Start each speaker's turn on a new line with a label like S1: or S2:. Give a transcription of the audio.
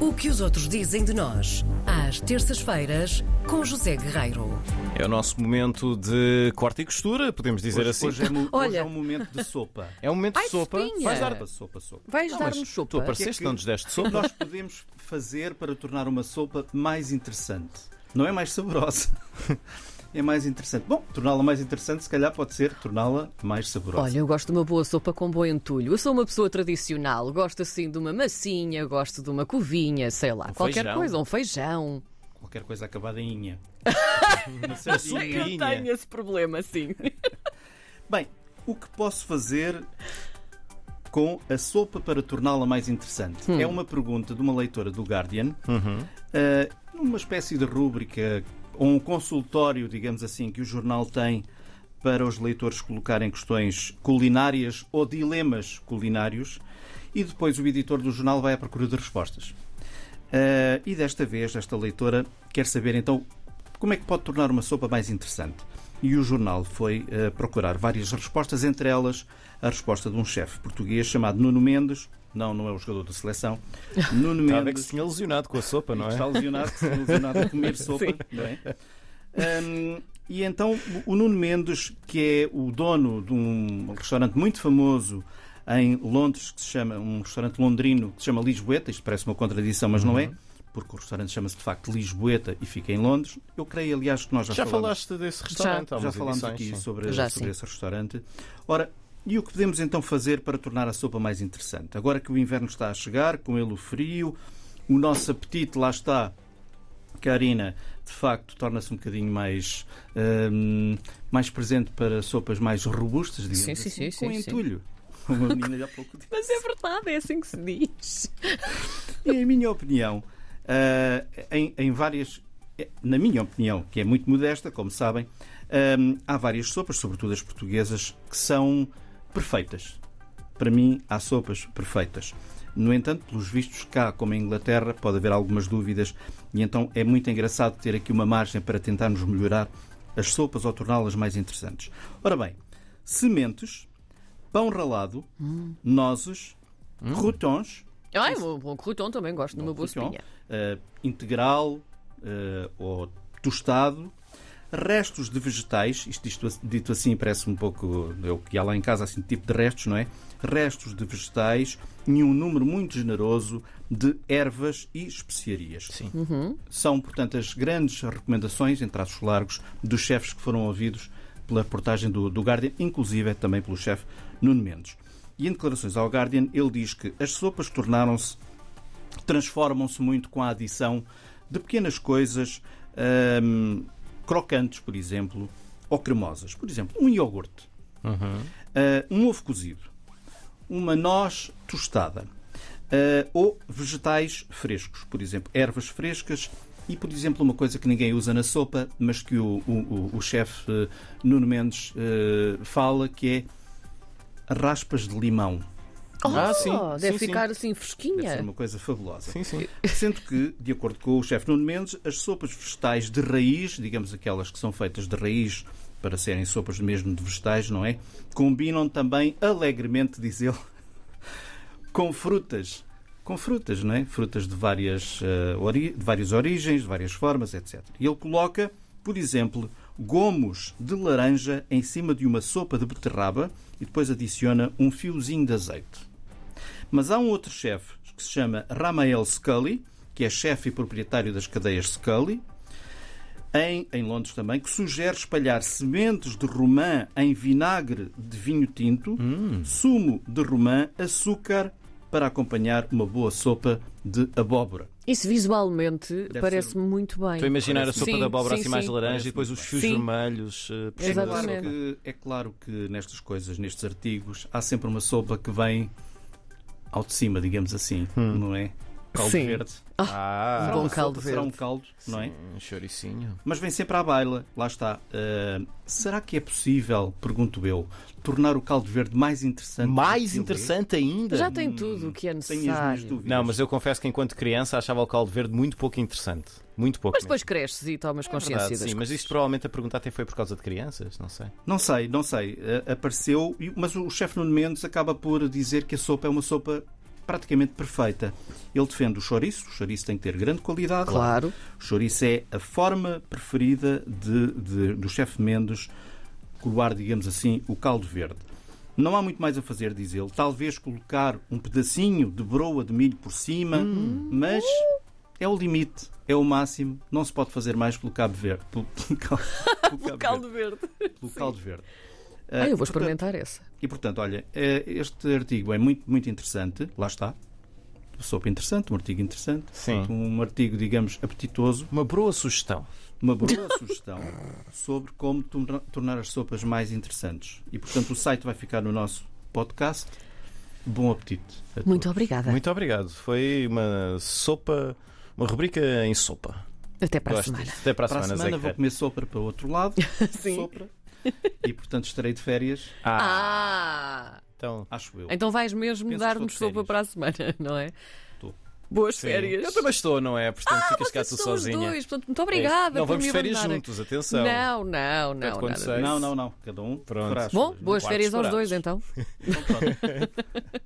S1: O que os outros dizem de nós, às terças-feiras, com José Guerreiro.
S2: É o nosso momento de corte e costura, podemos dizer
S3: Hoje,
S2: assim.
S3: hoje é, mo-
S4: Olha.
S3: hoje é um momento de sopa.
S2: É um momento
S4: Ai,
S2: de sopa.
S4: sopinha!
S2: Vais dar
S3: Sopa, sopa, sopa.
S4: Vais
S2: Não, mas
S4: dar-nos
S2: Tu
S4: sopa.
S2: apareceste,
S3: que-
S2: não nos deste sopa.
S3: Nós podemos fazer para tornar uma sopa mais interessante. Não é mais saborosa. É mais interessante. Bom, torná-la mais interessante, se calhar pode ser torná-la mais saborosa.
S4: Olha, eu gosto de uma boa sopa com bom entulho. Eu sou uma pessoa tradicional, gosto assim de uma massinha, gosto de uma covinha, sei lá,
S2: Um
S4: qualquer
S2: feijão.
S4: coisa, um feijão.
S3: Qualquer coisa acabada em inha.
S2: A sopinha.
S4: esse problema, sim.
S3: Bem, o que posso fazer com a sopa para torná-la mais interessante?
S4: Hum.
S3: É uma pergunta de uma leitora do Guardian,
S2: Uhum.
S3: eh, numa espécie de rúbrica ou um consultório, digamos assim, que o jornal tem para os leitores colocarem questões culinárias ou dilemas culinários, e depois o editor do jornal vai à procura de respostas. Eh, e desta vez, esta leitora quer saber então como é que pode tornar uma sopa mais interessante. E o jornal foi eh, procurar várias respostas, entre elas a resposta de um chefe português chamado Nuno Mendes. Não, não é o jogador da seleção. Nuno
S2: Estava é que
S3: Mendes.
S2: se tinha lesionado com a sopa, não é?
S3: Está lesionado, que se lesionado a comer sopa. Não é? Hum, e então o Nuno Mendes, que é o dono de um restaurante muito famoso em Londres, que se chama, um restaurante londrino que se chama Lisboeta, isto parece uma contradição, mas não
S2: Uhum.
S3: é, porque o restaurante chama-se de facto Lisboeta e fica em Londres. Eu creio, aliás, que nós já,
S2: Já
S3: falamos
S2: falaste desse restaurante há
S3: já
S2: umas
S3: falámos
S2: edições,
S3: aqui
S2: sim.
S3: sobre,
S4: Já,
S3: sobre
S4: sim.
S3: esse restaurante. Ora, e o que podemos então fazer para tornar a sopa mais interessante? Agora que o inverno está a chegar, com ele o frio, o nosso apetite lá está. Carina, de facto, torna-se um bocadinho mais, hum, mais presente para sopas mais robustas, digamos
S4: Sim, sim,
S3: assim,
S4: sim,
S3: com
S4: sim, sim.
S3: entulho. Como a menina há pouco disse.
S4: Mas é verdade, é assim que se diz.
S3: E em minha opinião, ah, em, em várias. eh, Na minha opinião, que é muito modesta, como sabem, ahm, há várias sopas, sobretudo as portuguesas, que são perfeitas. Para mim, há sopas perfeitas. No entanto, pelos vistos, cá como em Inglaterra, pode haver algumas dúvidas, e então é muito engraçado ter aqui uma margem para tentarmos melhorar as sopas ou torná-las mais interessantes. Ora bem, sementes, pão ralado, nozes, rotons,
S4: Ai, um bom crouton também gosto de uma boa
S3: Fusion,
S4: sopinha.
S3: eh, integral eh, ou tostado. Restos de vegetais, isto, isto a- dito assim parece um pouco é o que há lá em casa, assim, tipo de restos, não é? Restos de vegetais e um número muito generoso de ervas e especiarias.
S2: Sim.
S3: São, portanto, as grandes recomendações, em traços largos, dos chefes que foram ouvidos pela reportagem do, do Guardian, inclusive também pelo chefe Nuno Mendes. E em declarações ao Guardian, ele diz que as sopas tornaram-se transformam-se muito com a adição de pequenas coisas hum, crocantes, por exemplo, ou cremosas. Por exemplo, um iogurte, Ah, um ovo cozido, uma noz tostada, ah, ou vegetais frescos, por exemplo, ervas frescas. E, por exemplo, uma coisa que ninguém usa na sopa, mas que o, o- o- o chefe eh, Nuno Mendes eh, fala, que é raspas de limão.
S2: Ah,
S4: Oh,
S2: sim,
S4: Deve
S2: sim,
S4: ficar
S2: sim.
S4: assim
S3: Deve ser
S4: fresquinha.
S3: uma coisa fabulosa.
S2: Sim, sim.
S3: Sendo que, de acordo com o chefe Nuno Mendes, as sopas vegetais de raiz, digamos aquelas que são feitas de raiz para serem sopas mesmo de vegetais, não é? Combinam também alegremente, diz ele, com frutas. Com frutas, não é? Frutas de várias, eh, ori- de várias origens, de várias formas, etc. E ele coloca, por exemplo, gomos de laranja em cima de uma sopa de beterraba e depois adiciona um fiozinho de azeite. Mas há um outro chefe que se chama Ramael Scully, que é chefe e proprietário das cadeias Scully, em, em Londres também, que sugere espalhar sementes de romã em vinagre de vinho tinto, sumo de romã, açúcar, para acompanhar uma boa sopa de abóbora.
S4: Isso visualmente
S3: ser-
S4: parece-me muito bem.
S2: Estou a imaginar a sopa
S4: Sim,
S2: da abóbora
S4: sim,
S2: assim mais
S4: sim.
S2: laranja e depois os fios
S4: Sim.
S2: vermelhos. eh, por
S3: É
S2: cima da
S3: claro,
S4: Exatamente.
S2: sopa.
S3: que, é claro que nestas coisas, nestes artigos, há sempre uma sopa que vem ao de cima, digamos assim, não é? Caldo
S4: Sim.
S3: verde.
S2: Ah,
S3: Será
S4: bom
S3: uma
S4: caldo
S3: sopa, será um
S4: verde.
S3: caldo, não é?
S2: um choricinho.
S3: mas vem sempre à baila. Lá está. Ah, será que é possível, pergunto eu, tornar o caldo verde mais interessante? do
S2: Mais
S3: que ele é?
S2: interessante ainda.
S4: Já tem tudo o que é
S3: Tenho as minhas
S4: necessário.
S3: dúvidas.
S2: Não, mas eu confesso que enquanto criança achava o caldo verde muito pouco interessante. Muito pouco.
S4: Mas depois cresces e tomas
S2: mesmo. É verdade,
S4: consciência das
S2: sim, mas isto provavelmente a pergunta até foi por causa de crianças, não sei.
S3: Não sei, Eh, não sei. Ah, apareceu, e- mas o chefe Nuno Mendes acaba por dizer que a sopa é uma sopa praticamente perfeita. Ele defende o chouriço, o chouriço tem que ter grande qualidade.
S4: Claro.
S3: O chouriço é a forma preferida de, de- do chefe Mendes coloar, digamos assim, o caldo verde. Não há muito mais a fazer, diz ele. Talvez colocar um pedacinho de broa de milho por cima,
S4: Hum.
S3: mas é o limite, é o máximo. Não se pode fazer mais pelo cabo verde. Pelo,
S4: O
S3: pelo caldo, pelo Cabo
S4: caldo
S3: Verde.
S4: verde.
S3: Pelo caldo verde.
S4: Ah, eu vou
S3: portanto,
S4: experimentar essa.
S3: e portanto, olha, eh, este artigo é muito, muito interessante, lá está. Sopa interessante, um artigo interessante,
S2: Sim.
S3: Portanto, um artigo, digamos, apetitoso,
S2: Uma boa sugestão.
S3: uma boa sugestão sobre como torna- tornar as sopas mais interessantes. E portanto, o site vai ficar no nosso podcast. Bom apetite. a
S4: Muito obrigada.
S2: Muito obrigado. Foi uma sopa, uma rubrica em sopa.
S4: Até para a
S2: Gosto.
S4: semana.
S2: Até para a
S3: Para a
S2: semana, Zé
S3: semana vou
S2: Guerreiro.
S3: comer sopa para o outro lado.
S4: Sim.
S3: Sopa. E portanto estarei de férias,
S2: Ah,
S4: Ah!
S2: então.
S3: acho eu.
S4: Então vais mesmo
S3: Penso que
S4: dar-nos
S3: estou de
S4: sopa
S3: férias.
S4: para a semana, não é?
S3: Estou.
S4: Boas
S2: sim.
S4: férias.
S2: Eu também estou, não é? Portanto, ficas cá tu
S4: São os
S2: sozinha. É.
S4: dois, portanto, muito obrigada.
S2: Não
S4: por
S2: vamos
S4: me
S2: de férias
S4: abandonarem.
S2: juntos, atenção.
S4: Não, não, não.
S2: quando
S4: nada
S2: sei.
S4: disso.
S3: Não, não, não. Cada um.
S2: Pronto.
S3: fará as
S4: Bom,
S3: suas, não é?
S4: boas
S2: Quartos
S4: férias aos dois
S2: separados.
S4: então.
S3: Então, pronto.